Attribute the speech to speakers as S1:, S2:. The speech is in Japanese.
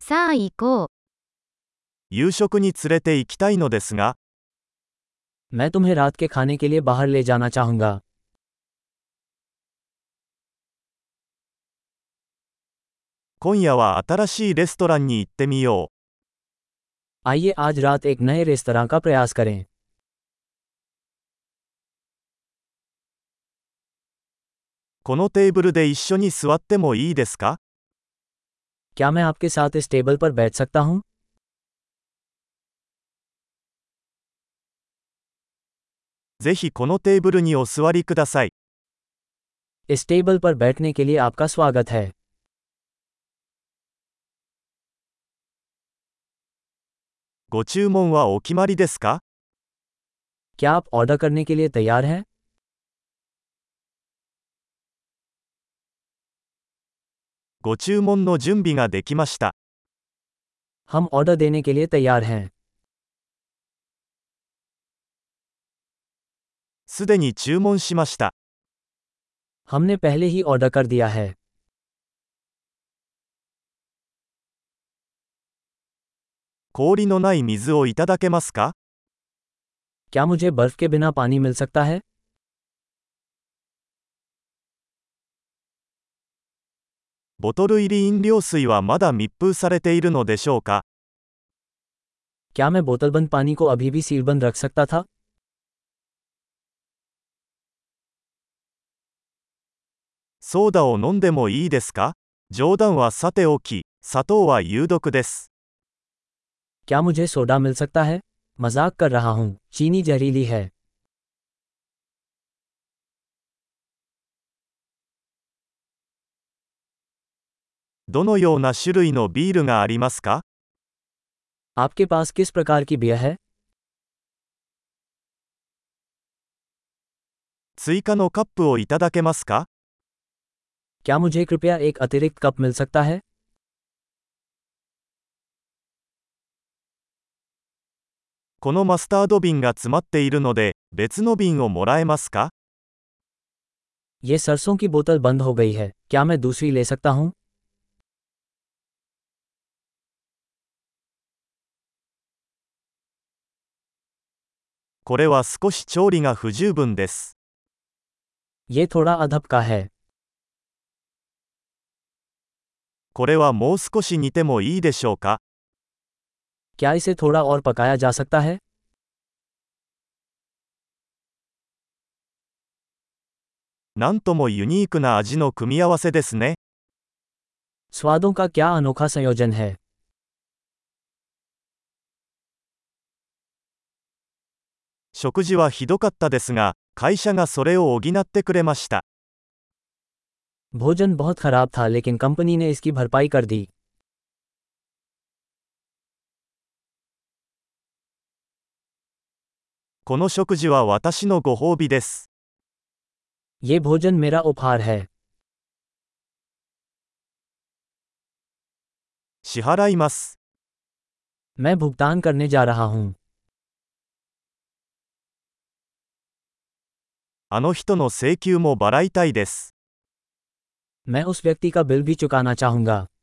S1: さあ行こう。
S2: 夕食に連れて行きたいのですが、
S3: मैं तुम्हें रात के खाने के लिए बाहर ले जाना चाहूंगा
S2: 今夜は新しいレストランに行ってみよう。
S3: आइए आज रात एक नए रेस्तरा का प्रयास करें
S2: このテーブルで一緒に座ってもいいですか
S3: क्या मैं आपके साथ इस टेबल पर बैठ सकता हूँ
S2: ぜひこのテーブルにお座りください。
S3: इस टेबल पर बैठने के लिए आपका स्वागत है
S2: ご注文はお決まりですか
S3: क्या आप ऑर्डर करने के लिए तैयार हैं
S2: ご注文の準備ができました。
S3: हम ऑर्डर देने के लिए तैयार हैं
S2: すでに注文しました。
S3: हमने पहले ही ऑर्डर कर दिया है
S2: 氷のない水をいただけますか
S3: क्या मुझे बर्फ के बिना पानी मिल सकता है
S2: ボトル入り飲料水はまだ密封されているのでしょうか
S3: क्या मैं बोतलबंद पानी को अभी भी सीलबंद रख सकता था
S2: ソーダを飲んでもいいですか冗談はさておき、砂糖は有毒です。
S3: क्या मुझे सोडा मिल सकता है मजाक कर रहा हूँ चीनी जहरीली है
S2: どのような種類のビールがありますか
S3: आपके पास किस प्रकार की बियर है
S2: 追加のカップをいただけますか
S3: क्या मुझे कृपया एक अतिरिक्त कप मिल सकता है
S2: このマスタード瓶が詰まっているので、別の瓶をもらえますか
S3: ये सरसों की बोतल बंद हो गई है क्या मैं दूसरी ले सकता हूँ
S2: これは少し調理が不十分です。
S3: ये थोड़ा अधब का है
S2: これはもう少し煮てもいいでしょうか
S3: क्या इसे थोड़ा और पकाया जा सकता है
S2: なんともユニークな味の組み合わせですね。
S3: स्वादों का क्या अनोखा संयोजन है
S2: 食事はひどかったですが、会社がそれを補ってくれました。
S3: भोजन बहुत खराब था लेकिन कंपनी ने इसकी भरपाई कर दी
S2: この食事は私のご褒美です。
S3: ये भोजन मेरा उपहार है
S2: 支払います。
S3: मैं भुगतान करने जा रहा हूँ
S2: あの人の請求も払いたいです。
S3: मैं उस व्यक्ति का बिल भी चुकाना चाहूंगा